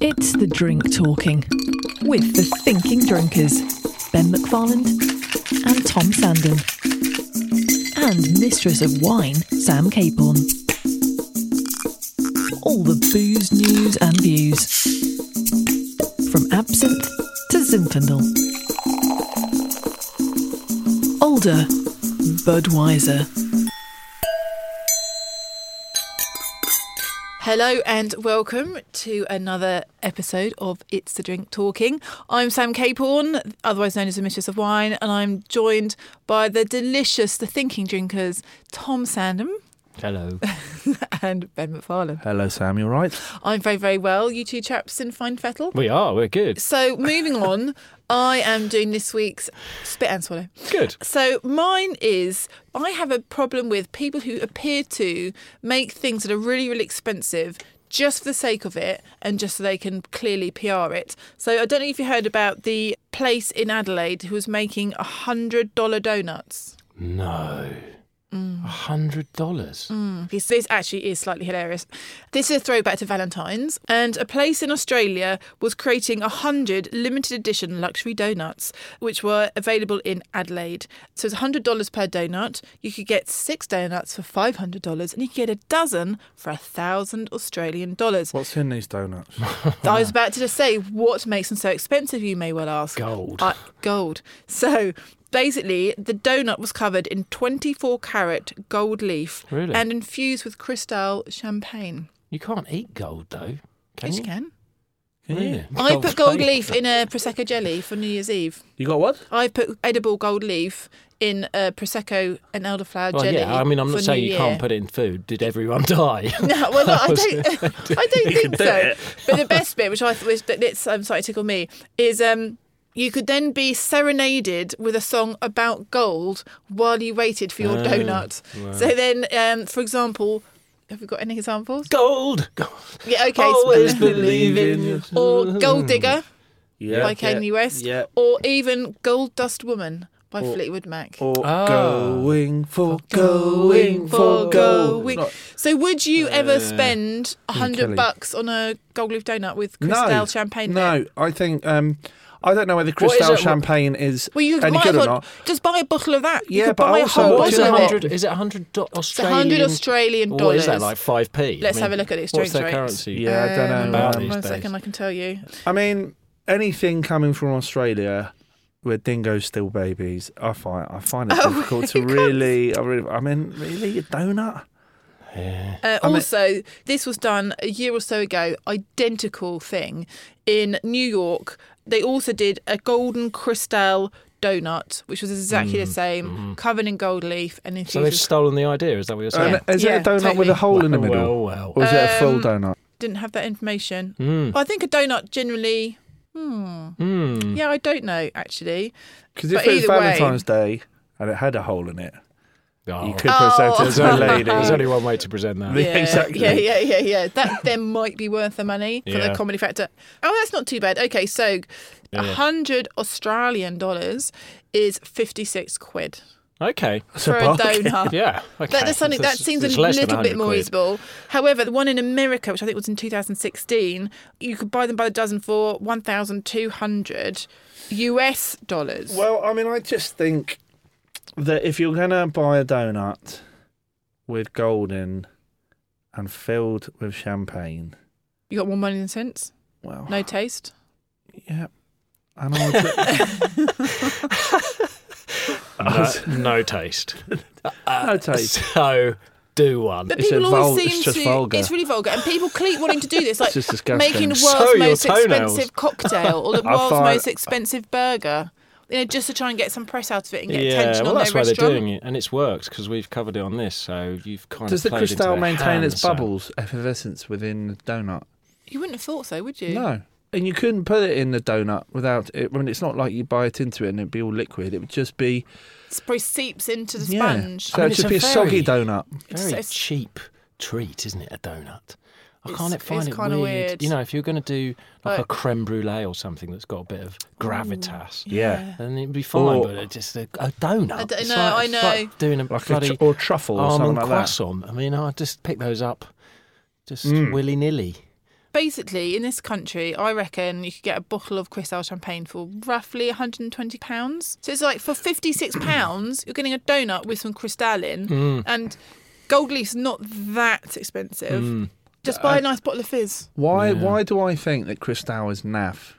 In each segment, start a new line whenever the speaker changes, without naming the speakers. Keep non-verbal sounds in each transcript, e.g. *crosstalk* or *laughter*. It's the drink talking with the thinking drinkers, Ben McFarland and Tom Sandon, and mistress of wine, Sam Capon. All the booze news and views from absinthe to Zinfandel, older Budweiser.
Hello and welcome to another episode of It's the Drink Talking. I'm Sam Caporn, otherwise known as the Mistress of Wine, and I'm joined by the delicious, the thinking drinkers, Tom Sandham *laughs*
Hello.
and Ben McFarlane.
Hello, Sam. You all right?
I'm very, very well. You two chaps in fine fettle.
we are. We're good.
So moving on, I am doing this week's spit and swallow.
Good.
So mine is I have a problem with people who appear to make things that are really, really expensive just for the sake of it and just so they can clearly PR it. So I don't know if you heard about the place in Adelaide who was making a hundred dollar donuts.
No.
Mm.
A hundred dollars.
This, this actually is slightly hilarious. This is a throwback to Valentine's, and a place in Australia was creating a hundred limited edition luxury donuts, which were available in Adelaide. So it's hundred dollars per donut. You could get six donuts for five hundred dollars, and you could get a dozen for a thousand Australian dollars.
What's in these *laughs* donuts?
I was about to just say, what makes them so expensive, you may well ask?
Gold.
Uh, gold. So basically, the donut was covered in 24 carat gold leaf
Really?
and infused with Cristal champagne.
You can't eat gold though. Can
yes,
you?
you can.
Really?
I put gold
flavour.
leaf in a Prosecco jelly for New Year's Eve.
You got what?
I put edible gold leaf in a Prosecco and elderflower
Well,
jelly.
yeah. I mean, I'm
for
not saying
New
you can't
Year.
put it in food. Did everyone *laughs* die?
*laughs* No, well, I don't. I don't think
do
so.
it.
But the best bit, which I th- which it's, I'm sorry, tickle me, is um, you could then be serenaded with a song about gold while you waited for
Oh,
your donut. So then, um, for example, have we got any examples?
gold.
Yeah, okay. so- *laughs*
Always believe in you.
or Gold Digger
Yeah.
by Kanye West,
Yeah.
or even Gold Dust Woman by Fleetwood Mac.
Or
Ah.
going for going for gold.
going.
It's not- Uh,
So, would you ever spend a
Kelly.
hundred bucks on a gold leaf donut with Cristal champagne? in it?
No, I think um, I don't know whether
is
Cristal
it?
champagne is
Well, you
any
might
good
as
or
well
not.
just buy a bottle of that. you
Yeah,
could
but
buy
also
a whole
what
What is
bottle
a
of
hundred?
it.
Is it a hundred do- Australian?
100 Australian
What is that
dollars.
like? Five p.
Let's have a look at the exchange
What's their
rate.
currency?
Yeah, I don't know.
about
Um,
these
one
days.
second, I can tell you.
I mean, anything coming from Australia where dingoes still babies, I find I find it
Oh, *laughs*
difficult to really. I really, I mean, really a donut.
Uh, also, this was done a year or so ago, identical thing in New York. They also did a golden crystal donut, which was exactly the same, covered in gold leaf and infused.
Mm, mm-hmm. So they've
with-
stolen the idea. Is that what you're saying?
And is
Yeah,
it a donut with
totally. Um,
a hole in the
Well,
middle,
well.
or is it a full donut?
Didn't have that information.
Mm.
But I think a donut generally. hmm.
Mm.
Yeah, I don't know actually.
Because
But
if it was
either way-
Valentine's Day and it had a hole in it,
Oh.
you could present
*laughs* Oh.
*laughs*
it to a lady.
There's only one way to present that.
Yeah,
Exactly.
Yeah, yeah, yeah, yeah. That then might be worth the money for
Yeah.
the comedy factor. Oh, that's not too bad. Okay, so a hundred Australian dollars is fifty-six quid
Okay.
for a donut.
*laughs* Yeah. Okay.
That, that's something, that
It's-
seems
it's
a
less than
little bit
100
more
quid.
reasonable. However, the one in America, which I think was in 2016, you could buy them by the dozen for 1,200 US dollars.
*laughs* Well, I mean, I just think that if you're gonna buy a donut with gold in, and filled with champagne.
You got more money than sense.
Well,
No taste.
yeah. And I would,
*laughs*
No,
*laughs*
*laughs* no taste.
Uh,
no taste.
So do one.
But
It's
people
a
always
vul-
seem
it's just
to.
vulgar.
It's really vulgar, and people keep wanting to do this, like
just *laughs* disgusting.
making the world's
Sew your
most
toenails.
expensive cocktail or the
*laughs* I
world's
find-
most expensive burger. You know, just to try and get some press out of it and get
Yeah,
attention
well,
on
that's
their
why
restaurant.
they're doing it, and it's worked because we've covered it on this. So you've kind
Does
of
the
played into
crystal
their
maintain its
hands, so-
bubbles, effervescence within the donut?
You wouldn't have thought so, would you?
No. And you couldn't put it in the donut without it. I mean, it's not like you bite into it and it'd be all liquid. It would just be
It probably seeps into the
yeah.
sponge.
So
mean,
it'd
it's
just
a
be a soggy
very-
donut.
Very
It's-
cheap treat, isn't it? A donut. I
It's-
can't it find
it's
it
kinda
weird.
weird.
You know, if you're going to do like a
Like-
creme brulee or something that's got a bit of gravitas,
Yeah.
then it'd be fine.
Or-
but it's just a, a donut.
Mm, I don't
It's
know,
like-
I
it's like
know.
doing a
Like a
bloody
tr- or truffle or something
almond
like that.
croissant. I mean, I just pick those up, just
Mm.
willy nilly.
Basically, in this country, I reckon you could get a bottle of Cristal champagne for roughly 120 pounds. So it's like for 56 pounds, you're getting a donut with some Cristal in, and gold leaf's not that expensive. Just buy a nice bottle of fizz.
Why
Yeah.
Why do I think that Cristal is naff?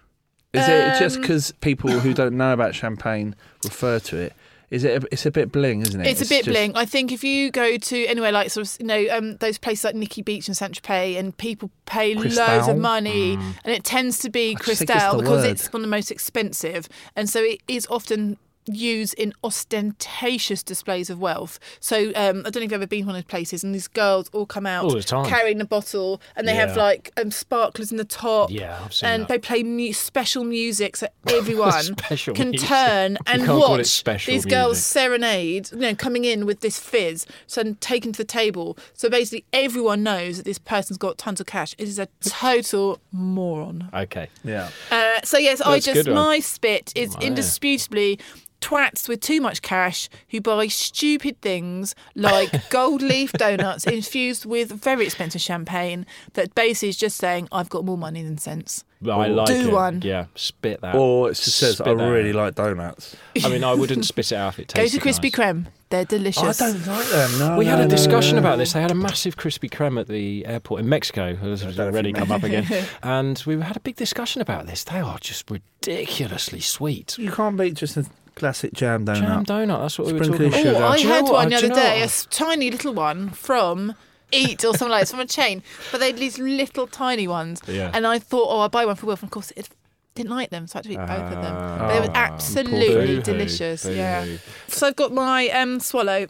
Is
Um,
it just because people who don't know about champagne refer to it? Is it? A, it's a bit bling, isn't it?
It's, a bit
just-
bling. I think if you go to anywhere like sort of you know um, those places like Nikki Beach and Saint Tropez, and people pay loads
Cristal?
of money, and it tends to be
just think it's
Cristal
the
because
word.
it's one of the most expensive, and so it is often used in ostentatious displays of wealth. So um, I don't know if you've ever been to one of those places, and these girls all come out
All the time.
carrying a bottle, and they have
Yeah.
like um, sparklers in the top,
Yeah, I've seen
and
that.
they play mu- special music so everyone
Special
can
music.
turn
You
and
can't
watch
call it special
these girls
music.
serenade, you know, coming in with this fizz, so then taken to the table. So basically, everyone knows that this person's got tons of cash. It is a total moron.
Okay.
Yeah.
Uh, so yes, I
That's a
just
good one.
my spit is
Oh, yeah.
indisputably twats with too much cash who buy stupid things
*laughs*
like gold leaf donuts infused with very expensive champagne that basically is just saying I've got more money than sense.
I like
Do
it.
one.
Yeah, spit that.
Or it just says,
Spit
"I
that
really
out.
like donuts."
I mean, I wouldn't spit it out if
*laughs*
it
Go
tasted
to Krispy
nice. Oh,
Kreme. They're delicious.
I don't like them. No.
We had
no,
a
no,
discussion
no, no.
about this. They had a massive Krispy Kreme at the airport in Mexico. This has
don't know if
already
you
come up
*laughs*
again. And we had a big discussion about this. They are just ridiculously sweet.
You can't beat just a classic jam donut.
Jam donut. That's what we were
Sprinkly
talking
sugar.
Oh, I
about.
Do
you know
had
what?
one the
Do
other
you know
day, a
what?
s- tiny little one from Eat or something like that. It's from a chain, but they had these little tiny ones.
Yeah.
And I thought, oh, I'll buy one for Will. And of course, it didn't like them, so I had to eat both of them. But they
Ah,
were absolutely
Boo-hoo,
delicious. Yeah.
boo-hoo.
So I've got my um, swallow.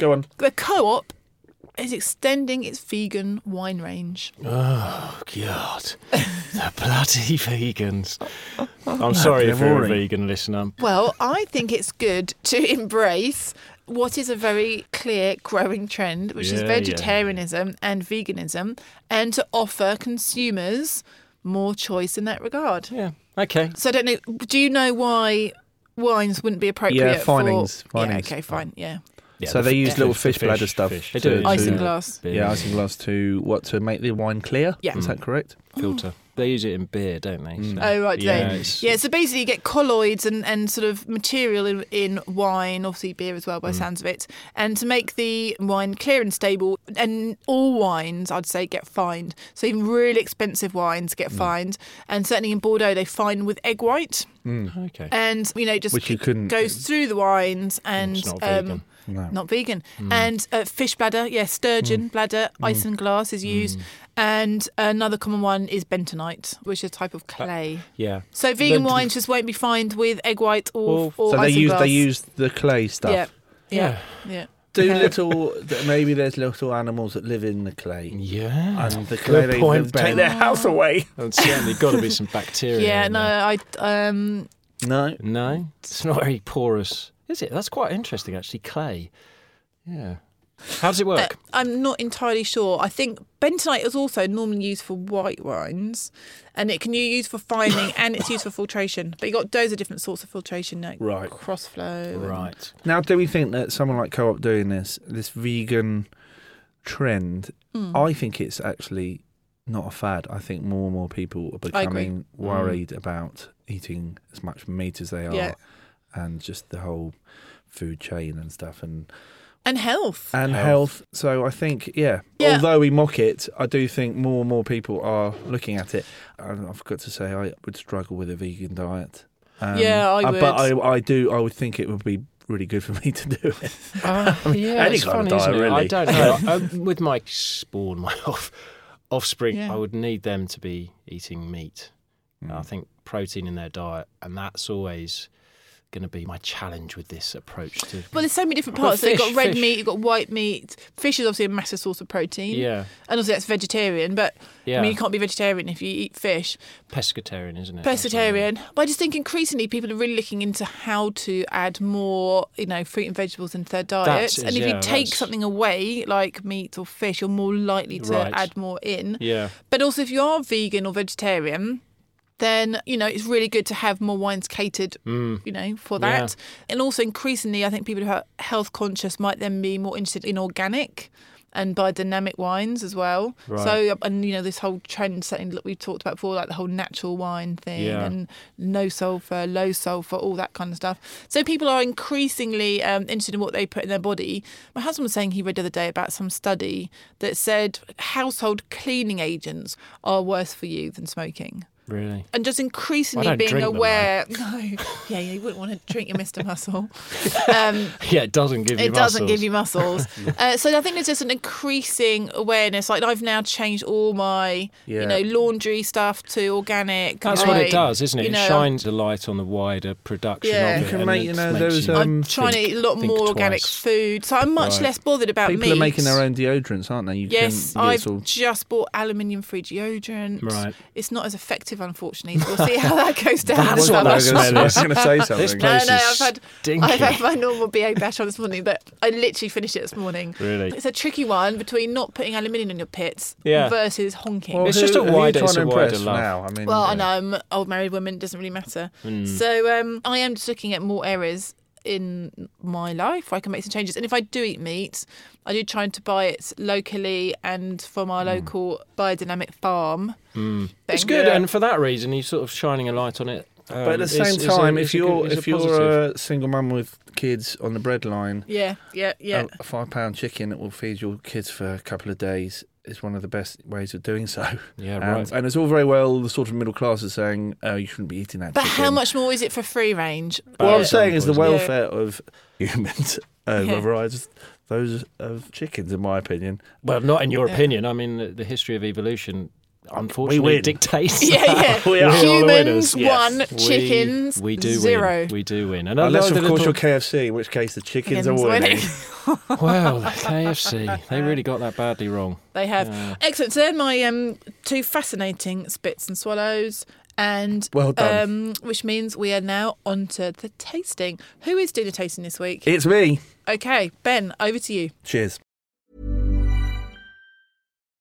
Go on.
The co-op is extending its vegan wine range.
Oh God, the bloody vegans! I'm sorry if
they're
you're a
roaring.
vegan listener.
Well, I think it's good to *laughs* embrace what is a very clear growing trend, which is
Yeah, yeah, yeah.
vegetarianism and veganism, and to offer consumers more choice in that regard.
Yeah. Okay.
So I don't know. Do you know why wines wouldn't be appropriate?
Yeah,
for-
findings,
Yeah,
findings.
okay, fine. Yeah,
Yeah,
So they use
fish-
little
the
fish bladder stuff
They
to-
do.
to-
icing glass.
Yeah, Mm. icing glass to what to make the wine clear.
Yeah.
Is that correct?
filter. Mm. They use it in beer, don't they?
Mm.
So-
Oh right, do they?
Yeah, it's-
yeah. So basically, you get colloids and, and sort of material in, in wine, obviously beer as well, by
Mm.
sounds of it. And to make the wine clear and stable, and all wines, I'd say, get fined. So even really expensive wines get
Mm.
fined, and certainly in Bordeaux, they fine with egg white,
Okay.
and you know just
Which you
it
couldn't-
goes through the wines and
It's not
um,
vegan.
No.
not vegan.
Mm.
And uh, fish bladder, yeah, sturgeon bladder, ice and glass is
Mm.
used. And another common one is bentonite, which is a type of clay.
Yeah.
So vegan
Then-
wines just won't be fined with egg white or,
Well,
or
so they
ice and
use they
glass.
use the clay stuff.
Yeah.
Yeah.
Yeah.
*laughs* Do little th- maybe there's little animals that live in the clay.
Yeah.
And the clay they
point,
they take
Ben.
their house away.
There's certainly got to be some bacteria.
Yeah,
in
no,
there.
I um
No.
No, it's not very porous, is it? That's quite interesting, actually. Clay. Yeah. How does it
uh,
work?
I'm not entirely sure. I think bentonite is also normally used for white wines and it can you use for fining and it's used for filtration. But you got those are different sorts of filtration like
Right.
cross flow. and-
right.
Now do we think that someone like Co-op doing this, this vegan trend,
Hmm.
I think it's actually not a fad. I think more and more people are
I agree.
becoming worried about eating as much meat as they are
Yeah.
and just the whole food chain and stuff and
and health.
Uh,
and health. So I think, yeah.
Yeah.
Although we mock it, I do think more and more people are looking at it. And I forgot to say, I would struggle with a vegan diet. Um,
Yeah, I
uh, But
would.
I, I do. I would think it would be really good for *laughs* me to do it.
*laughs* Uh, yeah,
any
it's
kind of
funny, isn't
diet,
it? I
really.
don't
*laughs*
know. um, with my spawn, my *laughs* off, offspring,
Yeah.
I would need them to be eating meat. And
Mm.
I think protein in their diet, and that's always going to be my challenge with this approach to.
Well, there's so many different
I've got
parts. So you've got
fish,
red
fish.
meat, you've got white meat. Fish is obviously a massive source of protein.
yeah,
And also that's vegetarian, but I
yeah,
mean you can't be vegetarian if you eat fish.
pescatarian, isn't it?
Pescatarian. But I just think increasingly people are really looking into how to add more, you know, fruit and vegetables into their diets.
is-
and if
yeah,
you take
that's-
something away, like meat or fish, you're more likely to
Right.
add more in.
Yeah,
But also, if you are vegan or vegetarian, then you know it's really good to have more wines catered, you know, for
Mm. Yeah.
that. And also, increasingly, I think people who are health conscious might then be more interested in organic and biodynamic wines as well. So, and you know, this whole trend setting that we've talked about before, like the whole natural wine thing
Yeah.
and no sulfur, low sulfur, all that kind of stuff. So people are increasingly um, interested in what they put in their body. My husband was saying he read the other day about some study that said household cleaning agents are worse for you than smoking.
really.
And just increasingly
don't
being
drink them,
aware. *laughs* No, yeah, yeah, you wouldn't want to drink your Mr. Muscle. Um,
Yeah, it doesn't *laughs* give you.
it doesn't
muscles.
give you
*laughs*
muscles. uh, so I think there's just an increasing awareness. Like I've now changed all my,
Yeah.
you know, laundry stuff to organic.
That's what
I-
it does, isn't it?
you
It
know,
shines a light on the wider production
Yeah.
of
You
it.
can
and
make,
it
you
just
know,
makes
those,
you-
um,
I'm trying to eat a lot
think
more organic
twice.
food, so I'm much
Right.
less bothered about
People
meat.
are making their own deodorants, aren't they? You
Yes,
can- yeah,
I've *laughs*
it's all-
just bought aluminium-free deodorant.
Right.
It's not as effective, unfortunately. So we'll see how that
*laughs*
goes down.
That's
*laughs* this
what
summer.
that smell
I was going to say
This
something.
place
no,
is
I've had-
stinky.
I've had my normal BA bash on this morning, but I literally finished it this morning.
Really?
It's a tricky one between not putting aluminium in your pits
Yeah.
versus honking.
Well,
It's just a
who- who are you
wider-
trying
it's
to
a wider
impress
love.
Now? I mean,
Well, I
yeah.
know I'm old married woman, it doesn't really matter. So um, I am just looking at more areas in my life where I can make some changes. And if I do eat meat, I do try to buy it locally and from our local biodynamic farm.
It's
thing.
good,
Yeah.
and for that reason, he's sort of shining a light on it. um,
But at the
is-
same
is a-
time,
is
if
a good-
you're
is a
if you're
positive.
a single mum with kids on the breadline,
Yeah, yeah, yeah.
a five pound chicken that will feed your kids for a couple of days is one of the best ways of doing so.
Yeah,
and,
right.
And it's all very well the sort of middle class is saying, "Oh, you shouldn't be eating that."
but
chicken."
how much more is it for free range?
What I'm
Yeah.
saying is the
Yeah.
welfare of humans *laughs* uh,
Yeah.
overrides those of chickens, in my
*laughs*
opinion.
well, not in your
Yeah.
opinion. I mean, the, the history of evolution, unfortunately, *laughs*
win.
dictates.
yeah,
that.
yeah.
We are all
Humans
winners, yes.
one,
We-
chickens
we do
zero.
Win. We do win, and
Unless, of
although the
course,
little-
you're KFC, in which case the chickens are
Chickens winning.
winning.
well, *laughs* the KFC, they really got that badly wrong.
They have excellent. So they're my um, two fascinating spits and swallows, and
Well done.
Um, which means we are now onto the tasting. Who is doing the tasting this week?
*laughs* it's me.
okay, Ben, over to you.
Cheers.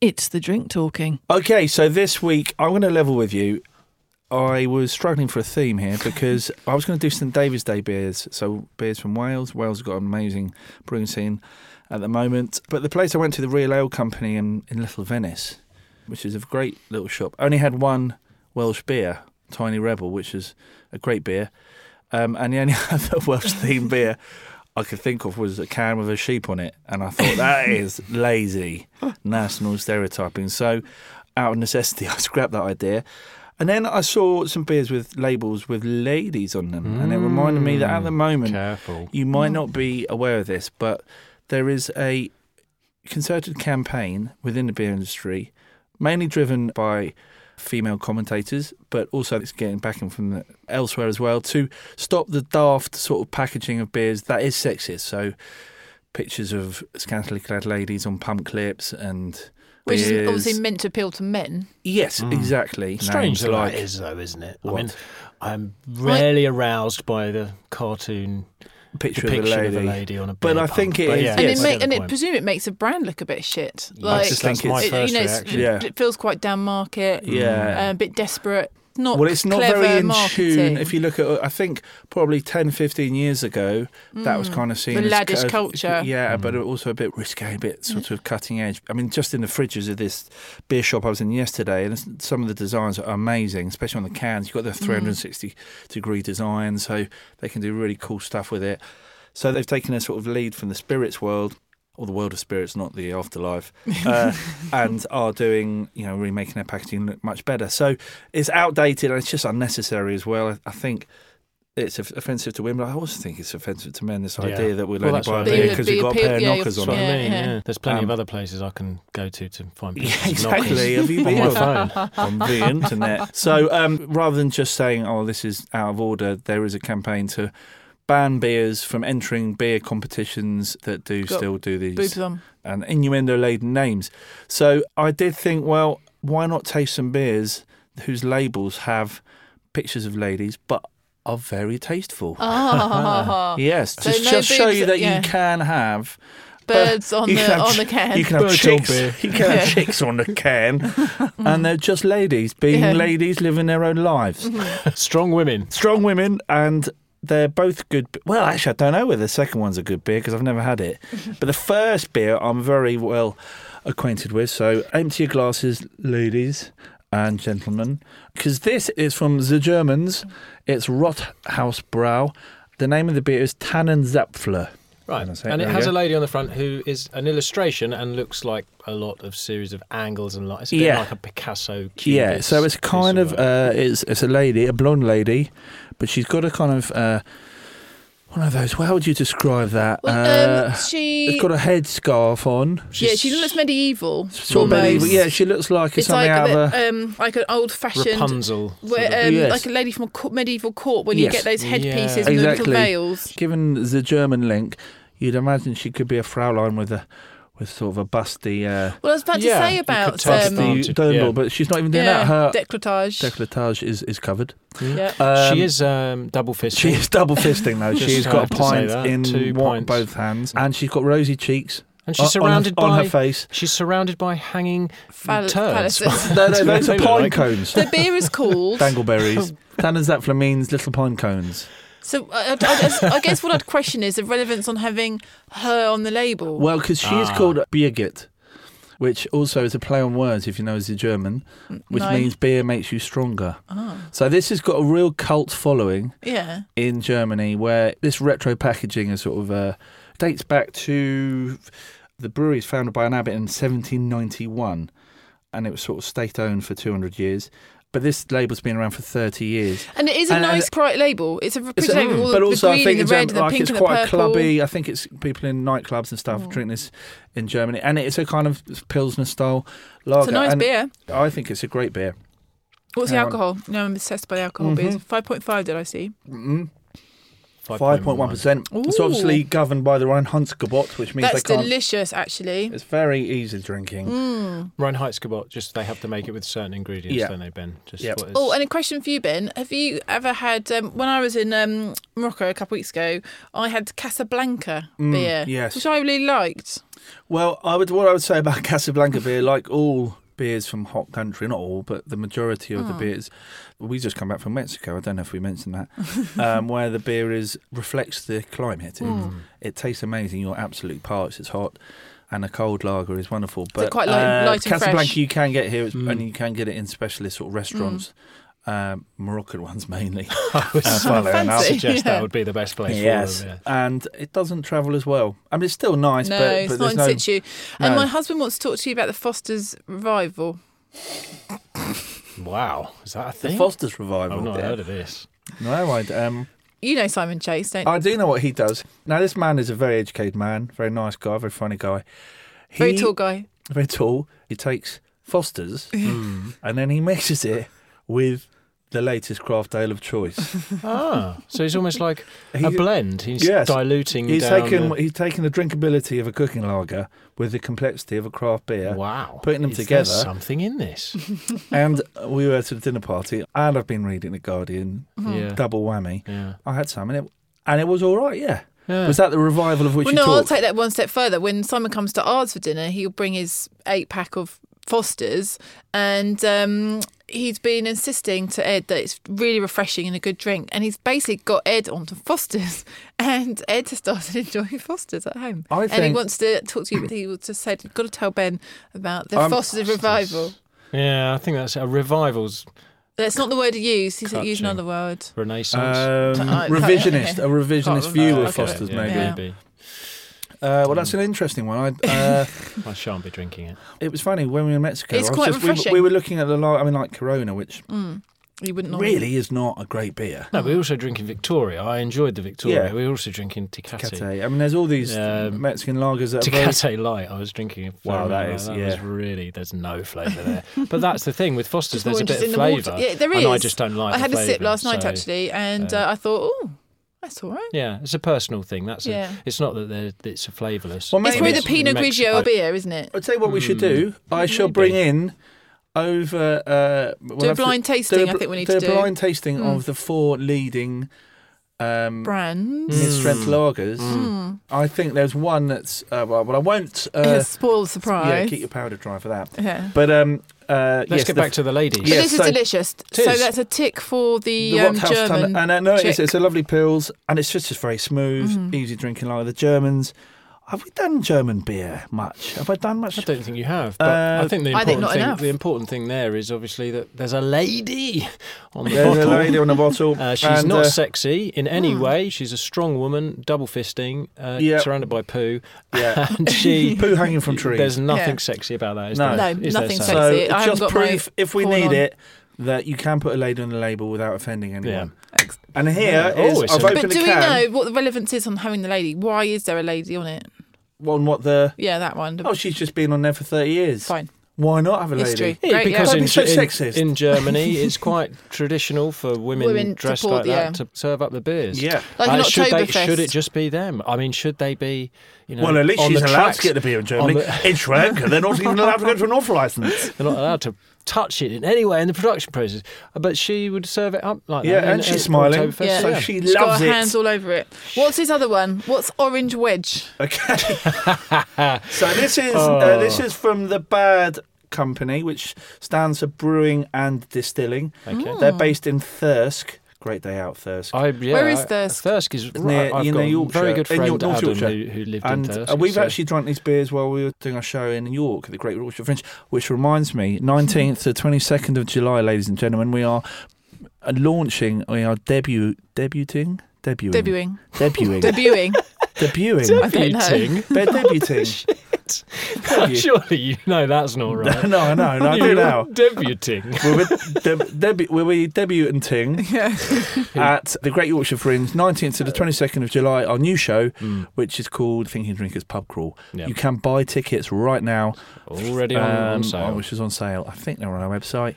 It's the Drink Talking.
Okay, so this week I'm going to level with you. I was struggling for a theme here because I was going to do St David's Day beers. So beers from Wales. Wales has got an amazing brewing scene at the moment. But the place I went to, the Real Ale Company in, in Little Venice, which is a great little shop, only had one Welsh beer, Tiny Rebel, which is a great beer. Um, and the only *laughs* other Welsh themed beer I could think of was a can with a sheep on it. And I thought, that is lazy national stereotyping. So, out of necessity, *laughs* I scrapped that idea. And then I saw some beers with labels with ladies on them. And it reminded me that at the moment,
Careful.
you
Mm.
might not be aware of this, but there is a concerted campaign within the beer industry, mainly driven by female commentators, but also it's getting backing from the, elsewhere as well to stop the daft sort of packaging of beers that is sexist. So pictures of scantily clad ladies on pump clips and
Which is
beers.
obviously meant to appeal to men.
yes, exactly.
Strange
Names
that
like
that is, though, isn't it? I
What?
mean, I'm rarely aroused by the cartoon
picture,
depiction
of, a lady.
on a beer
But I
pump.
think it
But
is-
Yeah,
And,
Yes,
it,
I
make,
get the
and it
point.
presume it makes the brand look a bit shit.
Yeah.
Like,
I just
think
think my
it's-
it,
first
you know, it's-
reaction.
Yeah. Mm.
it feels quite down market.
Yeah.
um, a bit desperate. Not
well, it's not
clever
very in
marketing.
tune. If you look at, I think probably 10, 15 years ago, that was kind of seen
Mm. The
as
laddish
kind of-
culture. Mm.
Yeah, but also a bit risque, a bit sort of cutting edge. I mean, just in the fridges of this beer shop I was in yesterday, and it's- some of the designs are amazing, especially on the cans. You've got the
Mm.
360 degree design, so they can do really cool stuff with it. So they've taken a sort of lead from the spirits world. Or the world of spirits, not the afterlife,
*laughs*
uh, and are doing, you know, remaking their packaging look much better. So it's outdated and it's just unnecessary as well. I- I think it's off- offensive to women. but I also think it's offensive to men. This
Yeah.
idea that we'll
Well,
only
that's
buy a
right.
beer
Being a
because we've
beer
got a
pig,
pair of
yeah,
knockers
That's
on
what
it.
I
Yeah,
mean.
yeah.
Yeah. There's plenty
Um,
of other places I can go to to find
Yeah,
pictures of
exactly.
knockers
Have you been
on my
on,
phone? *laughs*
on the internet? So um, rather than just saying, "Oh, this is out of order," there is a campaign to ban beers from entering beer competitions that do
Got
still do these
boobs
*laughs*
on.
and innuendo laden names. So I did think, well, why not taste some beers whose labels have pictures of ladies but are very tasteful?
Ah,
Yes,
Oh. So
just,
no
just show
boobs,
you that
yeah.
you can have
birds on
*laughs* you can
the
have
on
ch-
the can.
You can have
Birds on
chicks.
beer.
You can have
Yeah.
chicks on the can,
*laughs*
and they're just ladies being
Yeah.
ladies living their own lives.
Strong women.
Strong women, and they're both good. b- Well, actually, I don't know whether the second one's a good beer because I've never
*laughs*
had it, but the first beer I'm very well acquainted with. So empty your glasses, ladies. And gentlemen, because this is from the Germans, it's Rothausbrau. The name of the beer is Tannenzapfler.
Right.
That's it,
And it
there we
has
go.
a lady on the front who is an illustration and looks like a lot of series of angles and lights. It's a bit
Yeah.
like a Picasso
Yeah,
cubist
so it's kind
piece
of uh, it's it's a lady, a blonde lady, but she's got a kind of uh, one of those. How would you describe that?
Well, um,
Uh,
she,
it's got a headscarf on.
yeah, she looks medieval.
sort of
almost.
medieval. Yeah, she looks like
it's
something
like
out
a
of a.
bit, um, like an old fashioned.
Rapunzel. sort of-
Where, um,
Yes.
Like a lady from a court, medieval court, when you
Yes.
get those headpieces
Yeah.
and the
Exactly.
little veils.
Given the German link, you'd imagine she could be a Fraulein with a with sort of a busty. Uh,
Well, I was about
Yeah,
to
you
say
could
about
tell
um,
the-
busty
Planted,
dirndl,
yeah.
but she's not even doing
yeah,
that. Her
décolletage.
decolletage is is covered.
yeah.
Um,
she is um, double fisted.
She
*laughs*
is double fisting though.
Just
she's got a
have to say
pint
that.
in
Two pints.
one, both hands, and she's got rosy cheeks.
And she's
on- on her-
surrounded
on her,
by- *laughs*
face.
She's surrounded by hanging
Phall-
turds.
phalluses.
No,
That's
no,
what
those
they
are
look
pine
like.
*laughs*
cones.
the beer is called.
*laughs*
Dangleberries. Tannenzapfler means little pine cones.
So uh, I, I- I guess- I guess what I'd question is the relevance on having her on the label.
Well, because she is called Birgit, which also is a play on words, if you know, is the German, which
no.
means beer makes you stronger. So this has got a real cult following.
yeah.
in Germany where this retro packaging is sort of uh, dates back to the brewery is founded by an abbot in 1791 and it was sort of state owned for 200 years. But this label's been around for 30 years.
And it is a
And- and-
nice bright label. It's a pretty
It's a- mm,
label. with
but
the
also,
green
I
and
think in
the red
Germ-
and the
like
pink
it's
and the
quite a
purple. Mm.
clubby. I think it's people in nightclubs and stuff drinking this in Germany, and it's a kind of pilsner style lager.
It's a nice
and
beer.
I think it's a great beer.
What's the
Um,
alcohol? No, I'm obsessed by the alcohol
Mm-hmm.
beers. Five point five did I see?
Five point one percent. It's
Ooh.
obviously governed by the Rheinhundsgebot, which means
That's
they can't.
delicious, actually.
it's very easy drinking.
Reinheitsgebot, just they have to make it with certain ingredients,
Yeah.
don't they, Ben? Just
Yep.
what is-
Oh, and a question for you, Ben. Have you ever had? Um, when I was in um, Morocco a couple weeks ago, I had Casablanca beer,
Mm, yes.
which I really liked.
*laughs* Well, I would what I would say about Casablanca beer, like all beers from hot country, not all, but the majority of the
Hmm.
beers. We just come back from Mexico. I don't know if we mentioned
*laughs*
that, um, where the beer is reflects the climate. It,
Hmm.
it tastes amazing. You're absolutely parched. It's hot. And a cold lager is wonderful, but uh,
quite light- light and fresh?
Casablanca you can get here, it's, and you can get it in specialist sort of restaurants,
Hmm.
um, Moroccan ones *laughs* mainly. Uh, funnily
I'll
enough.
suggest that would be the best place
Yes,
for them. Yeah.
and it doesn't travel as well. I mean, it's still nice,
No,
but, but
it's not
there's
in
no,
situ. And
no.
my husband wants to talk to you about the Foster's revival.
Wow, is that a
The
thing?
Foster's revival.
I've not
Yeah.
heard of this.
No, I, um,
You know Simon Chase, don't you?
I do know what he does. Now, this man is a very educated man, very nice guy, very funny guy. He,
Very tall guy.
Very tall. He takes
*laughs*
Foster's
Hmm.
and then he mixes it with the latest craft ale
*laughs*
of choice.
Ah, so it's almost like a
*laughs* He-
blend. He's
Yes.
diluting.
he's
down
taken
the-
he's taken the drinkability of a cooking lager with the complexity of a craft beer.
Wow,
putting them
Is there
together.
something in
*laughs*
this.
And we were at a dinner party, and I've been reading the Guardian,
Mm-hmm.
Yeah.
double whammy.
yeah.
I had some, and it and it was all right. Yeah.
Yeah.
Was that the revival of which
Well,
you
no, I'll
talked?
take that one step further. When Simon comes to ours for dinner, he'll bring his eight pack of Fosters, and um, he's been insisting to Ed that it's really refreshing and a good drink. And he's basically got Ed onto Fosters, *laughs* and Ed has started *laughs* enjoying Fosters at home.
I
and he
think-
wants to talk to you, but he will just said, "Got to tell Ben about the
Um,
Fosters revival."
Yeah, I think that's a revival's
That's not the word he used. He's used
Catching.
another word.
renaissance. Uh,
Um,
I-
revisionist, a
Can't
revisionist
remember.
view of
Okay.
Foster's,
yeah,
maybe.
Yeah.
maybe.
Uh, well, that's an interesting one. I, uh, *laughs*
I shan't be drinking it.
it was funny when we were in Mexico.
It's
I was
quite
just- we were-
refreshing.
We, were looking at the, li- I mean, like Corona, which
You wouldn't normally-
really is not a great beer.
No, we were also drinking Victoria. I enjoyed the Victoria.
Yeah.
We were also drinking Tecate.
Cate. I mean, there's all these
Um,
Mexican lagers that are very-
Tecate Light. I was drinking. it.
Wow, that is-
that
yeah.
was really. There's no flavour there. but that's the thing with Foster's.
more
There's a bit of
interested in the
flavour.
water. Yeah, there is.
And I just don't like.
I
the
had a sip
flavour,
last night
so-
actually, and uh, I thought, oh, that's all right.
Yeah, it's a personal thing. That's
Yeah.
a, it's not that they're, that it's a flavourless.
Well,
It's
maybe
probably the
it's
Pinot
Mex-
Grigio
I-
of beer, isn't it?
I'll tell you what we should do.
Hmm.
I shall bring in over. Uh, we'll
Do a
have to-
blind tasting,
bl-
I think we need
do
to
a
do. Hmm.
blind tasting of the four leading um,
Brands.
Hmm.
mid-strength lagers.
Hmm.
I think there's one that's. Uh, well, well, I won't. Uh,
Spoil the
yeah,
surprise.
keep your powder dry for that.
Yeah.
But um, uh,
Let's
yes,
get
the-
back to the ladies.
But
Yeah,
this is
so-
delicious. So
Tis.
that's a tick for the,
the
um,
Rockhaus
German.
Tanner- and uh, no, it's,
chick.
it's a lovely pills, and it's just, just very smooth,
Mm-hmm.
easy drinking lager. The Germans. Have we done German beer much? Have I done much? *laughs*
I don't think you have, but
Uh,
I think the
I
important
think not
thing
enough.
the important thing there is obviously that there's a lady on the
There's a
bottle.
lady on the bottle.
*laughs* Uh, she's
and,
not
uh,
sexy in any way. She's a strong woman, double fisting, uh,
Yeah.
surrounded by poo,
yeah.
*laughs* and she
*laughs* Poo hanging from trees.
There's nothing
Yeah.
sexy about that. Is
No.
there?
No,
is there,
nothing
Sam?
sexy.
So
it. I
it's
haven't
just
got my
proof, if we
horn
need
on.
it, that you can put a lady on the label without offending anyone.
Ex-
And here
Yeah.
is-
Oh, it's
I've
a-
opened
But do
a
we
can.
know what the relevance is on having the lady? Why is there a lady on it?
One what the?
Yeah, that one.
Oh, she's just been on there for thirty years.
Fine.
Why not have a lady?
History.
Yeah,
Great,
because
Don't
yeah.
be
in,
so
in-
sexist.
in
*laughs*
Germany, it's quite traditional for women,
Women to
dressed
pour
like
the-
that
yeah.
to serve up the beers. Uh,
Yeah.
Like an
should, they,
Oktoberfest.
should it just be them? I mean, should they be? You know,
Well, at least
on
she's
the
allowed
tracks,
to get the beer in
on
Germany.
the- *laughs*
in Sri Lanka, they're not even allowed to go to an off license.
They're not allowed to touch it in any way in the production process. But she would serve it up like that.
Yeah,
in
and
an
she's smiling,
Oktoberfest,
Yeah.
so
yeah.
she
She's got
loves
her
it.
hands all over it. What's his other one? What's Orange Wedge?
Okay. *laughs* so this is uh, this is from the Bad Company, which stands for Brewing and Distilling.
Okay.
They're based in Thirsk. Great day out, Thirsk.
I, yeah,
Where is
I-
Thirsk?
Thirsk is
near,
right. I've
you know,
got a
Yorkshire,
very good
in
friend
York- North
Adam
Yorkshire.
who, who lived
and
in Thirsk.
uh, we've
so-
actually drunk these beers while we were doing our show in York at the Great Yorkshire Fringe, which reminds me, 19th to 22nd of July, ladies and gentlemen, we are uh, launching, we are debut, debuting, debuting,
Debuting.
debuting, *laughs*
Debuting.
debuting.
don't know.
*laughs*
Debuting? *laughs*
They're debuting. Debu-
Surely you know that's not right.
*laughs* no, I know, no, I do
You're
now.
Debuting.
we were deb- debu- we were debuting at the Great Yorkshire Fringe, 19th to the 22nd of July, our new show, which is called Thinking Drinkers Pub Crawl.
Mm. Yeah.
You can buy tickets right now,
Already on, on
um,
sale.
which is on sale. I think they're on our
*laughs*
website.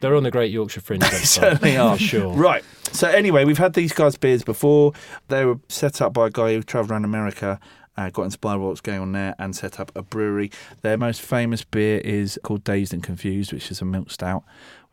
They're on the Great Yorkshire
*laughs*
Fringe website.
certainly are.
For sure.
Right. So anyway, we've had these guys' beers before. They were set up by a guy who travelled around America. Uh, got inspired by what's going on there and set up a brewery. Their most famous beer is called Dazed and Confused, which is a milk stout,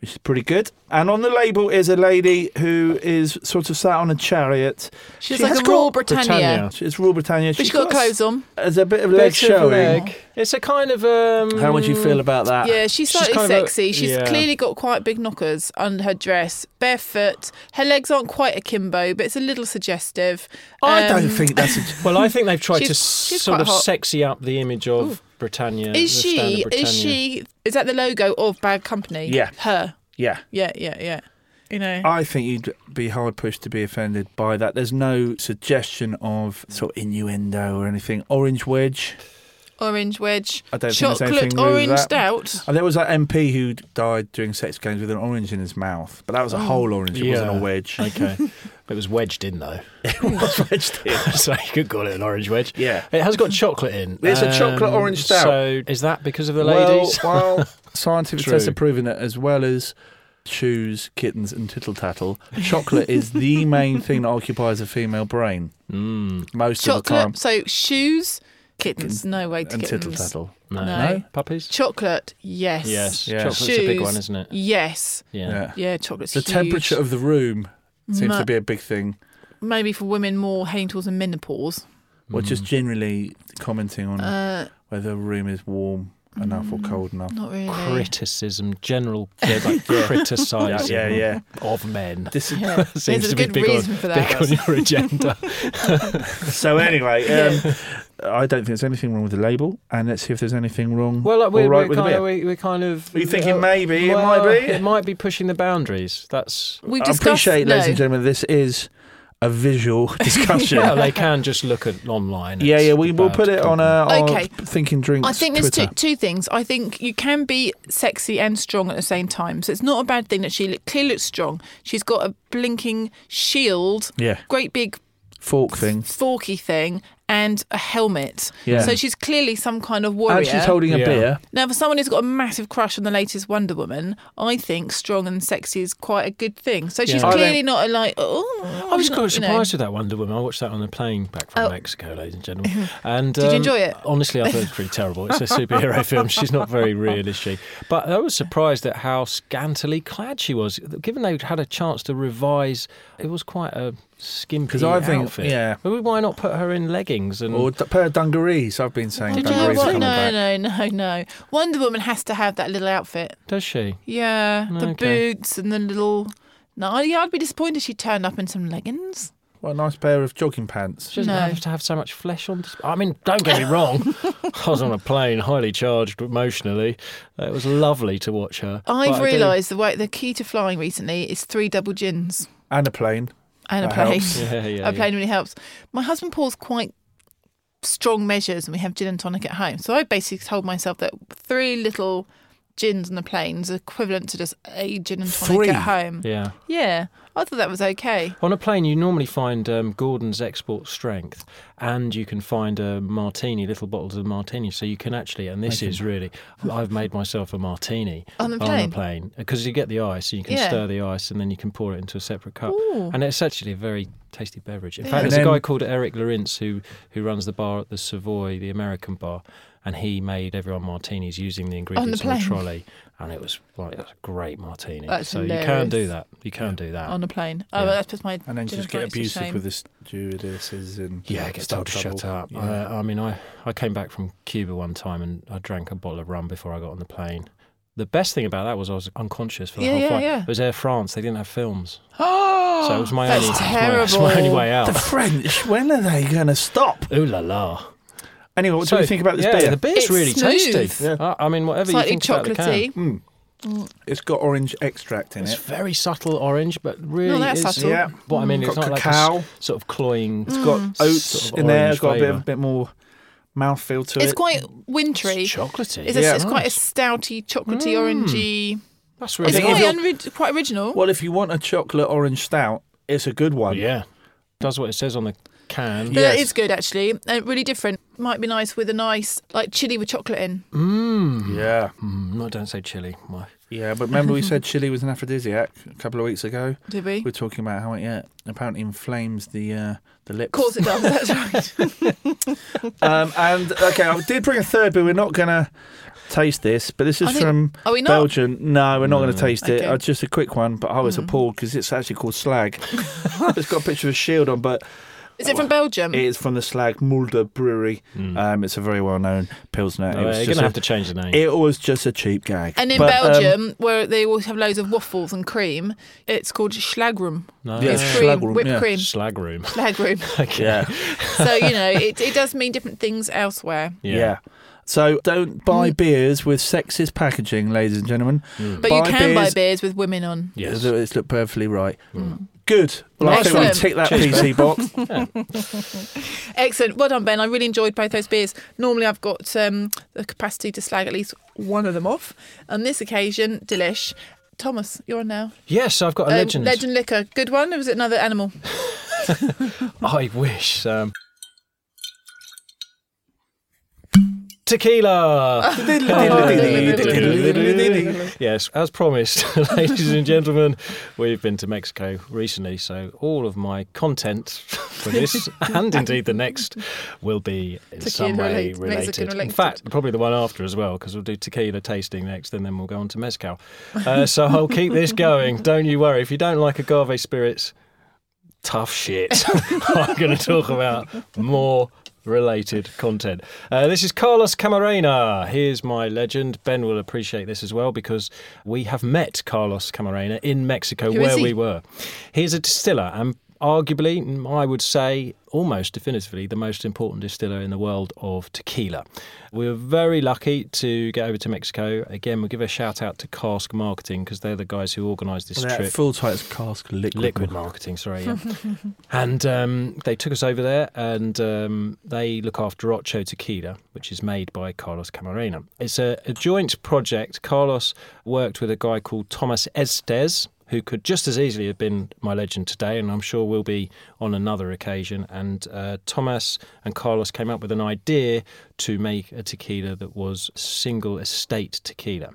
which is pretty good. And on the label is a lady who is sort of sat on a chariot.
She's
She
like
has
a Royal
got-
Britannia.
She's Royal Britannia.
But she's got clothes on.
There's a bit of
Bit
leg
of
showing.
leg. It's a kind of. Um,
How would you feel about that?
Yeah, she's slightly
kind of a-
sexy. she's
yeah.
clearly got quite big knockers under her dress, barefoot. Her legs aren't quite akimbo, but it's a little suggestive.
I
Um,
don't think that's a
Well, I think they've tried to
She's- she's
sort
quite
of
hot.
sexy up the image of Britannia.
Is
the standard
she?
Britannia.
Is she? Is that the logo of Bad Company?
Yeah.
Her.
yeah.
Yeah, yeah, yeah. You know.
I think you'd be hard pushed to be offended by that. There's no suggestion of sort of innuendo or anything. Orange wedge.
Orange wedge.
I don't think there's
chocolate
anything wrong with
orange
that.
stout.
And there was that MP who died during sex games with an orange in his mouth, but that
Oh.
was a whole orange. It wasn't a
Yeah.
*laughs*
wedge. *laughs*
Okay. it was wedged in though, *laughs*
wedged in.
so you could call it an orange wedge.
Yeah.
It has got chocolate in. Um,
It's a chocolate orange stout.
So is that because of the ladies? *laughs*
Well, well scientific
True.
tests have proven that as well as shoes, kittens, and tittle tattle, chocolate is the main thing that occupies a female brain
Mm,
most of the time.
Chocolate. So shoes. Kittens. No way to
And tittle
kittens.
tattle.
no.
No.
Puppies.
Chocolate. Yes.
Yes.
Yeah.
Chocolate's a big
Shoes.
one, isn't it?
Yes.
Yeah.
Yeah.
Yeah. Chocolate's
The
huge.
temperature of the room seems
Ma-
to be a big thing.
maybe for women more heading towards a menopause.
Or
Mm.
just generally commenting on
Uh,
whether a room is warm enough or cold enough.
not really.
Criticism, general *laughs* like criticising
*laughs*
Yeah, yeah.
of men.
This is,
Mm. Yeah.
Seems
There's a
to be
good
big
reason
on,
for that.
big on your agenda.
*laughs*
*laughs*
So anyway, um, I don't think there's anything wrong with the label, and let's see if there's anything
*laughs*
wrong.
Well, like,
or
we're,
right
we're,
with the
kind
beer.
of, we- we're kind of. uh,
Are you thinking maybe it
well,
might be?
It might be pushing the boundaries. That's.
We've
I
discussed.
appreciate,
no.
ladies and gentlemen, this is
*laughs*
a visual discussion.
Well, they can just look at online.
yeah,
It's
yeah, we will
bad
put it on
company.
our, our
Okay.
Thinking Drinks.
I think there's two,
Twitter.
two things. I think you can be sexy and strong at the same time. So it's not a bad thing that she look, clearly looks strong. She's got a blinking shield,
Yeah,
great big
fork thing.
forky thing, and a helmet.
Yeah.
So she's clearly some kind of warrior.
And she's holding a
Yeah.
beer.
Now, for someone who's got a massive crush on the latest Wonder Woman, I think strong and sexy is quite a good thing. So she's
Yeah. I
clearly
don't-
not a like. Oh,
I was
not-
quite
you know.
surprised with that Wonder Woman. I watched that on the plane back from
Oh.
Mexico, ladies and gentlemen. And
*laughs*
um,
Did you enjoy it?
Honestly, I thought it was pretty terrible.
*laughs*
It's a superhero film. She's not very real, is she? But I was surprised at how scantily clad she was. Given they had a chance to revise, it was quite a skimpy
'Cause I think-
outfit.
yeah.
Well, why not put her in leggings and?
Or a pair of dungarees. I've been saying
Did you know
dungarees are
what?
coming
No,
back.
no, no, no. Wonder Woman has to have that little outfit.
does she?
Yeah, the
Okay.
boots and the little. No, I- yeah, I'd be disappointed if she turned up in some leggings.
What a nice pair of jogging pants.
She doesn't
No.
have to have so much flesh on. Display. I mean, don't get me
*laughs*
wrong. I was on a plane, highly charged emotionally. It was lovely to watch her. But I
I've
do-
realised the way the key to flying recently is three double gins
And a plane.
and a
That
plane.
helps.
Yeah, yeah,
a plane really helps. My husband pulls quite strong measures, and we have gin and tonic at home. So I basically told myself that three little gins on the plane is equivalent to just a gin and tonic
Three?
at home.
Yeah.
yeah, I thought that was okay.
On a plane, you normally find um, Gordon's Export Strength, and you can find a martini, little bottles of martini. So you can actually, and this is really, I've made myself a martini
On the
on
plane?
the plane because you get the ice, and you can
Yeah.
stir the ice, and then you can pour it into a separate cup, and it's actually a very tasty beverage. In fact,
And
there's a
then-
guy called Eric Lawrence who who runs the bar at the Savoy, the American bar. And he made everyone martinis using the ingredients on the,
plane?
trolley, and it was like that's a great martini.
That's
so you can do
hilarious.
that. You can do that.
on a plane. Oh,
Yeah.
well, that's just my.
And then
gin
just get
tonic's a
abusive
shame.
with the stewardesses and
Yeah, I get told to shut up. I, I mean, I, I came back from Cuba one time and I drank a bottle of rum before I got on the plane. The best thing about that was I was unconscious for the
Yeah,
whole
yeah,
flight.
yeah.
It was Air France. They didn't have films,
Oh,
*gasps* so it was my
that's
only it was my- it
terrible.
was my only way
The
out.
French, when are they going to stop?
Ooh la la!
Anyway, what do you think about this
yeah,
beer?
The beer's
It's
really tasty.
smooth.
I, I mean, whatever
Slightly
you think about the can.
chocolatey.
Hmm. Mm. It's got orange extract in
It's
it.
very subtle orange, but really
that
is.
subtle.
Yeah. Mm.
What I mean, it's
Got
not
cacao.
like a s- sort of cloying.
It's got oats
Sort of
in there.
orange
It's got a bit,
flavour.
of- bit more mouthfeel to it.
It's quite wintry.
It's chocolatey.
It's, a,
Yeah.
it's quite a stouty, chocolatey, orangey.
That's
It's
really
think if
quite,
good.
you're-
unri- quite original.
Oh, Well, if you want a chocolate orange stout, it's a good one.
Yeah, does what it says on the can.
But
Yes.
it is good actually, and really different. Might be nice with a nice like chili with chocolate in.
Yeah.
Mm, no, don't say chili. Why?
Yeah, but remember we *laughs* said chili was an aphrodisiac a couple of weeks ago?
Did
We
we?
were talking about how it yeah, apparently inflames the uh, the lips.
Of course it does. That's right.
Um, and okay, I did bring a third, but we're not gonna taste this. But this is
I think-
from
*laughs* Are we not?
Belgium. No, we're not going to taste it.
Okay. Mm.
Uh, just a quick one. But I was appalled because it's actually called slag.
*laughs*
it's got a picture of a shield on, but
Is it from Belgium?
it is from the Slag Mulder Brewery. Um, it's a very well-known pilsner.
Mm. No,
it was
Uh, you're
just
going to
a-
have to change the name.
It was just a cheap gag.
And in
But, um,
Belgium, where they always have loads of waffles and cream, it's called schlagroom.
no.
yeah,
It's cream,
Schlagroom,
whipped
yeah.
cream,
*laughs*
Slag room.
schlagroom.
*laughs* okay.
yeah,
so you know, it, it does mean different things elsewhere.
*laughs* yeah. So don't buy
Mm.
beers with sexist packaging, ladies and gentlemen.
But you
Buy
can buy
beers-
beers with women on.
Mm. Yes. Mm.
It's, it's looked perfectly right.
Mm.
Good. Well, I
Excellent.
think we tick that PC box.
Excellent. Well done, Ben. I really enjoyed both those beers. Normally, I've got um, the capacity to slag at least one of them off. On this occasion, delish. Thomas, you're on now.
Yes, I've got a
Um,
legend.
Legend liquor. Good one. Or was it another
*laughs*
animal?
I wish. Um, tequila.
*laughs*
yes, as promised, *laughs* ladies and gentlemen, we've been to Mexico recently, so all of my content
*laughs*
for this and indeed the next will be in some
Tequila
way
relate- Mexican
related. In
related.
fact, probably the one after as well, because we'll do tequila tasting next and then we'll go on to Mezcal. Uh, so I'll keep this going. Don't you worry. If you don't like agave spirits, tough shit. *laughs* I'm going to talk about *laughs* more related content. Uh, this is Carlos Camarena. Here's my legend. Ben will appreciate this as well because we have met Carlos Camarena in Mexico
Who is
where
he?
we were. He's a distiller and arguably, mm, I would say almost definitively, the most important distiller in the world of tequila. We were very lucky to get over to Mexico. Again, we'll give a shout out to Cask Marketing because they're the guys who organised this
That
trip.
full title is cask liquid.
Liquid marketing, sorry. Yeah. *laughs* and um, they took us over there, and um, they look after Ocho Tequila, which is made by Carlos Camarena. It's a, a joint project. Carlos worked with a guy called Thomas Estes, who could just as easily have been my legend today, and I'm sure will be on another occasion. And uh, Thomas and Carlos came up with an idea to make a tequila that was single estate tequila.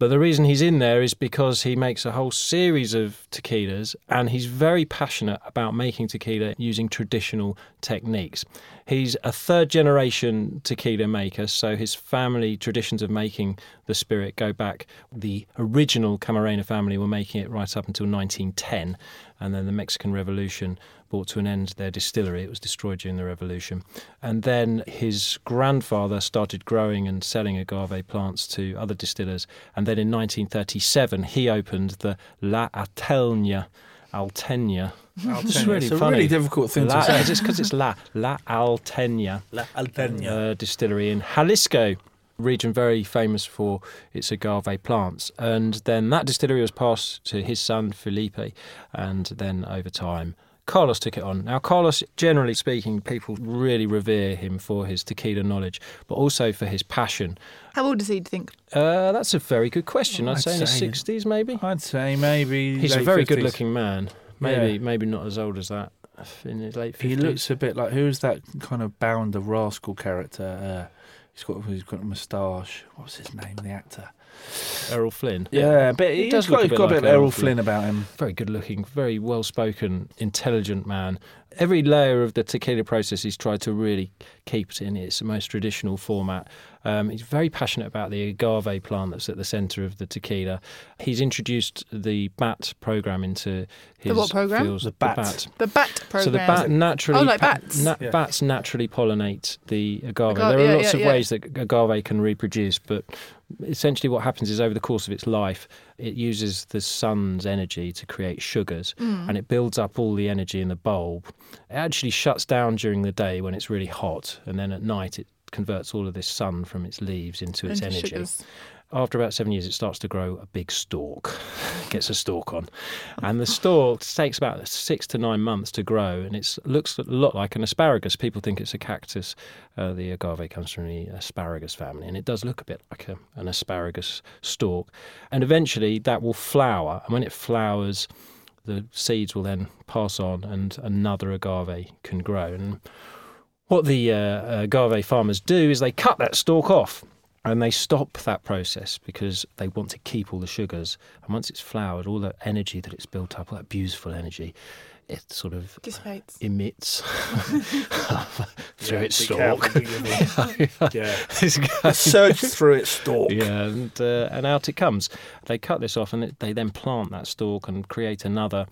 But the reason he's in there is because he makes a whole series of tequilas and he's very passionate about making tequila using traditional techniques. He's a third generation tequila maker, so his family traditions of making the spirit go back. The original Camarena family were making it right up until 1910, and then the Mexican Revolution brought to an end their distillery. It was destroyed during the revolution. And then his grandfather started growing and selling agave plants to other distillers. And then in 1937, he opened the La Atelnia. Alteña. It's really
it's a
funny.
really difficult thing
La-
to say.
It's because it's La La Alteña uh, distillery in Jalisco, region very famous for its agave plants. And then that distillery was passed to his son Felipe, and then over time. Carlos took it on. Now, Carlos, generally speaking, people really revere him for his tequila knowledge, but also for his passion.
How old is he? Do you think?
Uh, that's a very good question. I'd,
I'd
say in the
say-
60s, maybe.
I'd say maybe
He's a
late
very
50s.
good-looking man. Maybe,
Yeah.
maybe not as old as that. In his late 50s.
He looks a bit like who's that kind of bounder rascal character? Uh, he's got he's got a moustache. What was his name? The actor.
Errol Flynn.
Yeah, but he
does
does
look
got,
a
he's
bit
got a
like um,
bit of Errol
Errol
Flynn about him.
very good looking, very well spoken, intelligent man. Every layer of the tequila process he's tried to really keep it in its most traditional format. Um, he's very passionate about the agave plant that's at the centre of the tequila. He's introduced the BAT programme into his
what programme?
fields.
The BAT.
The bat program.
So the bat naturally,
Oh, like
pa-
bats.
na-
Yeah.
bats naturally pollinate the agave.
Agave,
there are
yeah,
lots
yeah,
of
yeah.
ways that agave can reproduce, but essentially what happens is over the course of its life, it uses the sun's energy to create sugars,
Hmm.
and it builds up all the energy in the bulb. It actually shuts down during the day when it's really hot, and then at night it converts all of this sun from its leaves into its
Into
energy
sugars.
after about seven years, it starts to grow a big stalk, *laughs* gets a stalk on. And the stalk takes about six to nine months to grow, and it looks a lot like an asparagus. People think it's a cactus. Uh, the agave comes from the asparagus family, and it does look a bit like a, an asparagus stalk. And eventually, that will flower. And when it flowers, the seeds will then pass on and another agave can grow. And what the uh, agave farmers do is they cut that stalk off and they stop that process because they want to keep all the sugars. And once it's flowered, all that energy that it's built up, all that beautiful energy, it sort of
Dissipates.
emits *laughs* through its
be careful what
stalk.
you give
*laughs*
me.
*laughs*
yeah.
It's
*laughs*
going- *laughs*
Surge through its stalk.
yeah, and uh, and out it comes. They cut this off, and it, they then plant that stalk and create another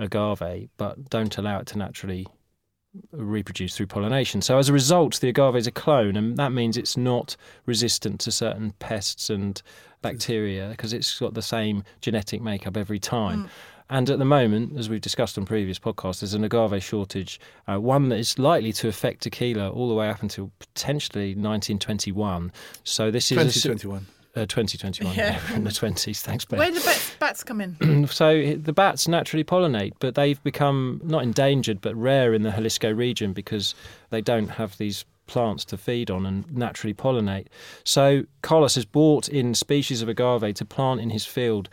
agave, but don't allow it to naturally reproduce through pollination. So as a result, the agave is a clone, and that means it's not resistant to certain pests and bacteria because it's got the same genetic makeup every time. And at the moment, as we've discussed on previous podcasts, there's an agave shortage, uh, one that is likely to affect tequila all the way up until potentially 1921. So this is a s-
2021.
uh, 2021,
Yeah.
yeah. we're in the 20s. Thanks, Ben.
Where do the bats, bats come in?
*clears throat* so the bats naturally pollinate, but they've become not endangered but rare in the Jalisco region because they don't have these plants to feed on and naturally pollinate. So Carlos has bought in species of agave to plant in his field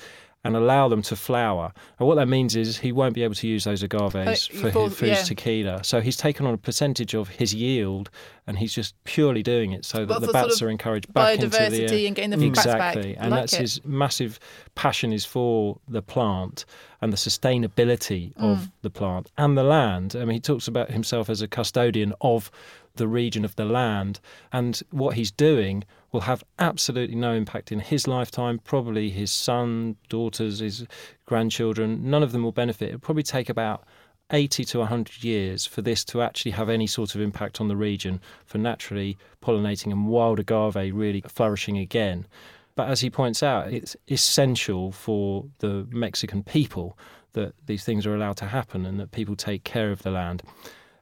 and allow them to flower. And what that means is he won't be able to use those agaves
Oh, you
for,
bought-
his, for
yeah.
his tequila. So he's taken on a percentage of his yield and he's just purely doing it so that
Well,
the
for sort
bats
of
are encouraged back into the
biodiversity and getting the bats back.
exactly.
I
And
like
that's
it.
his massive passion is for the plant and the sustainability
Mm.
of the plant and the land. I mean, he talks about himself as a custodian of the region of the land, and what he's doing will have absolutely no impact in his lifetime. Probably his son, daughters, his grandchildren, none of them will benefit. It'll probably take about 80 to 100 years for this to actually have any sort of impact on the region for naturally pollinating and wild agave really flourishing again. But as he points out, it's essential for the Mexican people that these things are allowed to happen and that people take care of the land.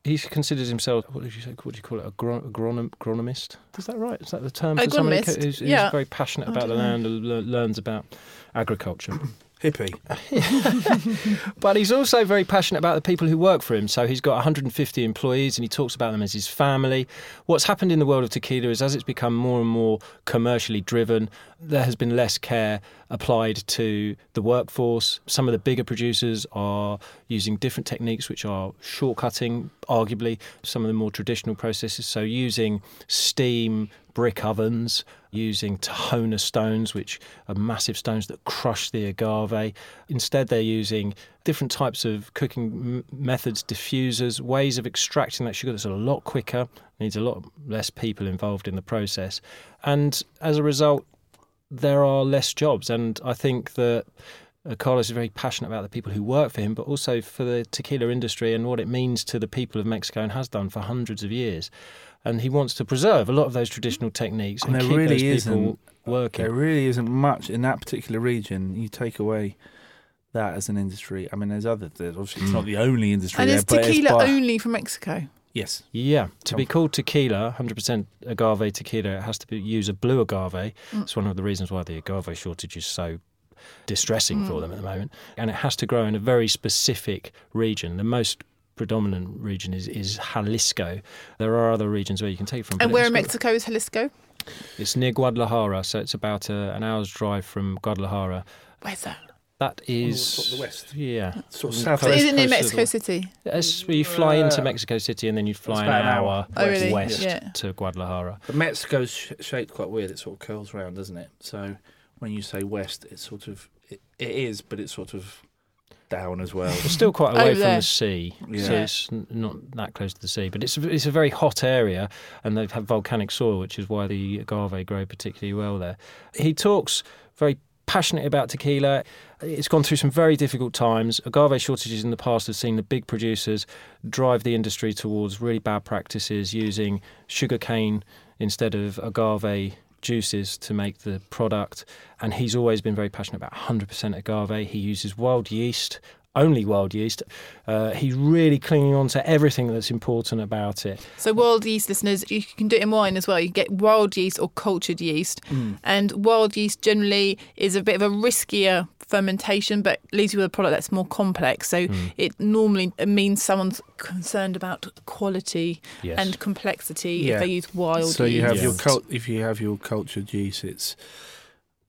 He considers himself, what did you say, what do you call it, agro- agronom- agronomist? Is that right? Is that the term for somebody
Agronomist,
who's, who's
yeah.
very passionate
I
about the
don't know.
land and le- learns about agriculture?
Hippie.
But he's also very passionate about the people who work for him. So he's got 150 employees and he talks about them as his family. What's happened in the world of tequila is as it's become more and more commercially driven, there has been less care applied to the workforce. Some of the bigger producers are using different techniques, which are shortcutting, arguably, some of the more traditional processes. So using steam, brick ovens, using Tahona stones, which are massive stones that crush the agave. Instead, they're using different types of cooking m- methods, diffusers, ways of extracting that sugar that's a lot quicker, needs a lot less people involved in the process. And as a result, there are less jobs. And I think that uh, Carlos is very passionate about the people who work for him, but also for the tequila industry and what it means to the people of Mexico and has done for hundreds of years. And he wants to preserve a lot of those traditional techniques and,
And there
keep
really
those people
isn't-
working.
There really isn't much in that particular region. You take away that as an industry. I mean, there's other. There's obviously
Hmm.
it's not the only industry
And
there,
is
but it's
tequila
by,
only from Mexico?
Yes.
Yeah, to be
Come-
called tequila, 100% agave tequila, it has to be, use a blue agave.
Mm.
It's one of the reasons why the agave shortage is so distressing
Mm.
for them at the moment. And it has to grow in a very specific region. The most predominant region is, is Jalisco. There are other regions where you can take from.
And
but
where in
it's got-
Mexico is Jalisco?
It's near Guadalajara, so it's about a, an hour's drive from Guadalajara.
Where's that? Oh,
That is.
sort of the west.
Yeah. Mm.
Sort of
So
So
southwest
is it near
coast of
Mexico
the-
City?
As you fly into Mexico City and then you fly an
about an hour
hour,
Mm. Oh, really?
west
Yeah.
to Guadalajara.
But Mexico's sh- shaped quite weird. It sort of curls round, doesn't it? So when you say west, it's sort of it, it is, but it's sort of down
*laughs*
as well.
It's still quite
Over
away from
there.
the sea, so
Yeah.
it's n- not that close to the sea. But it's a, it's a very hot area, and they've had volcanic soil, which is why the agave grow particularly well there. He talks very passionately about tequila. It's gone through some very difficult times. Agave shortages in the past have seen the big producers drive the industry towards really bad practices, using sugarcane instead of agave juices to make the product. And he's always been very passionate about 100% agave. He uses wild yeast, only wild yeast. Uh, he's really clinging on to everything that's important about it.
So wild yeast listeners, you can do it in wine as well. You can get wild yeast or cultured yeast. And wild yeast generally is a bit of a riskier fermentation, but leaves you with a product that's more complex. So it normally means someone's concerned about quality
Yes.
and complexity
Yeah.
if they use wild
so
yeast.
you have
yeast.
your cult. If you have your cultured yeast, it's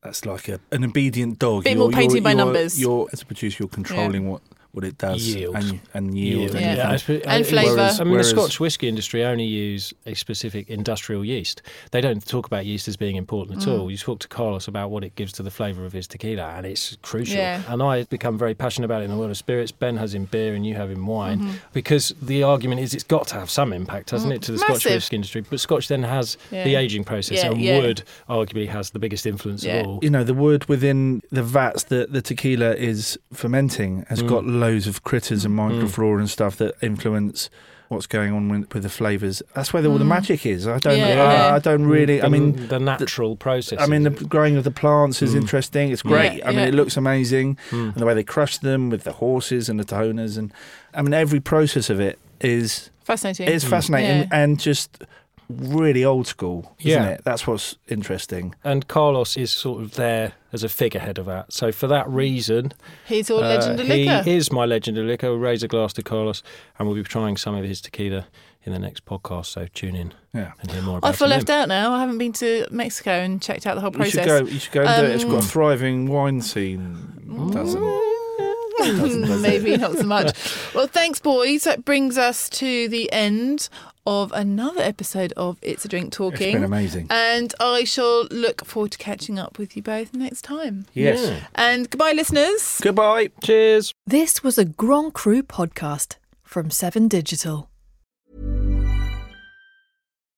that's like a, an obedient dog.
Bit more painted by
you're-
numbers.
You're as a producer, you're controlling what, what it does
Yield.
and and yield.
Yeah.
And,
Yeah, I
everything.
suppose-
And
I-
flavour.
whereas- I mean,
Whereas-
the Scotch whisky industry only use a specific industrial yeast. They don't talk about yeast as being important at
Mm.
all. You talk to Carlos about what it gives to the flavour of his tequila, and it's crucial.
Yeah.
And I become very passionate about it in the world of spirits. Ben has in beer, and you have in wine,
Mm-hmm.
because the argument is it's got to have some impact, hasn't it, to the Scotch
Mm. Massive.
whisky industry? But Scotch then has the
Yeah.
ageing process,
Yeah,
and
yeah.
wood arguably has the biggest influence
Yeah.
of all.
you know the wood within the vats that the tequila is fermenting has
Mm.
got loads of critters and microflora and stuff that influence what's going on with, with the flavors that's where all the magic is i don't
Mm. Yeah,
I,
yeah.
I don't really i
The-
mean
the natural process.
I mean, the growing of the plants is interesting. It's great.
Mm. Yeah,
I mean,
yeah. Mm.
it looks amazing, and the way they crush them with the horses and the tohonas, and I mean, every process of it is
Fascinating. Hmm.
is fascinating
Yeah.
and just really old school, isn't
Yeah.
it? That's what's interesting.
and Carlos is sort of there as a figurehead of that. So for that reason,
He's all
uh,
legend of liquor.
he is my legend of liquor. We'll raise a glass to Carlos, and we'll be trying some of his tequila in the next podcast. So tune in
Yeah.
and hear more about
I
it.
feel
from
left
him.
out now. I haven't been to Mexico and checked out the whole
You
process.
should go. You should go and do it. It's
Um,
got a thriving wine scene. Doesn't.
*laughs* Maybe not so much. Well, thanks, boys. That brings us to the end of another episode of It's a Drink Talking.
It's been amazing.
And I shall look forward to catching up with you both next time.
Yes.
Yeah.
And goodbye, listeners.
Goodbye.
Cheers.
This was a Grand Cru podcast from 7 Digital.